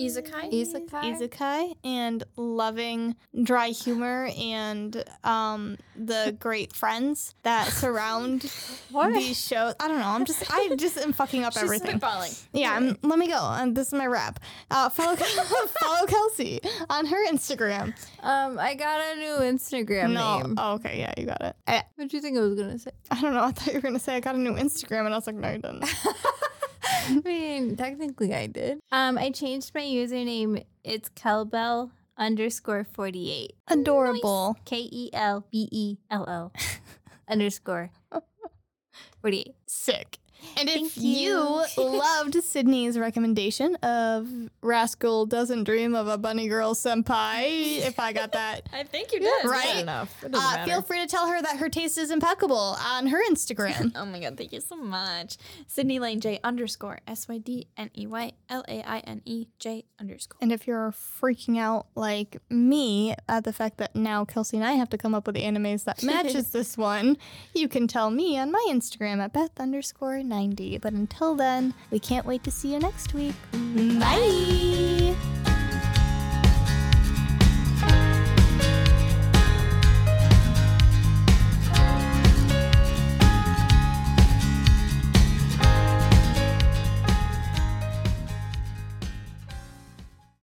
Speaker 4: Izakai?
Speaker 3: Izakai?
Speaker 2: Izakai, and loving dry humor and um, the great friends that surround these shows. I don't know. I'm just I just am fucking up everything.
Speaker 4: spitballing.
Speaker 2: Yeah, I'm, let me go. Um, this is my wrap. Uh, follow follow Kelsey on her Instagram.
Speaker 3: Um, I got a new Instagram name.
Speaker 2: Oh, okay, yeah, you got it. I,
Speaker 3: What do you think I was gonna say?
Speaker 2: I don't know. I thought you were gonna say I got a new Instagram, and I was like, no, you didn't.
Speaker 3: I mean, technically, I did. Um, I changed my username. It's Kelbell underscore forty eight.
Speaker 2: Adorable.
Speaker 3: K E L B E L L underscore forty eight.
Speaker 2: Sick. And if
Speaker 5: Thank
Speaker 2: you,
Speaker 5: you.
Speaker 2: loved Sydney's recommendation of Rascal Doesn't Dream of a Bunny Girl Senpai, if I got that
Speaker 4: I think you
Speaker 2: did.
Speaker 5: Right?
Speaker 2: enough, it
Speaker 5: Uh, feel free to tell her that her taste is impeccable on her Instagram.
Speaker 4: Oh my god, thank you so much. Sydney Lane J underscore S Y D N E Y L A I N E J underscore.
Speaker 2: and if you're freaking out like me at the fact that now Kelsey and I have to come up with animes that matches this one, you can tell me on my Instagram at Beth underscore 90. But until then, we can't wait to see you next week. Bye.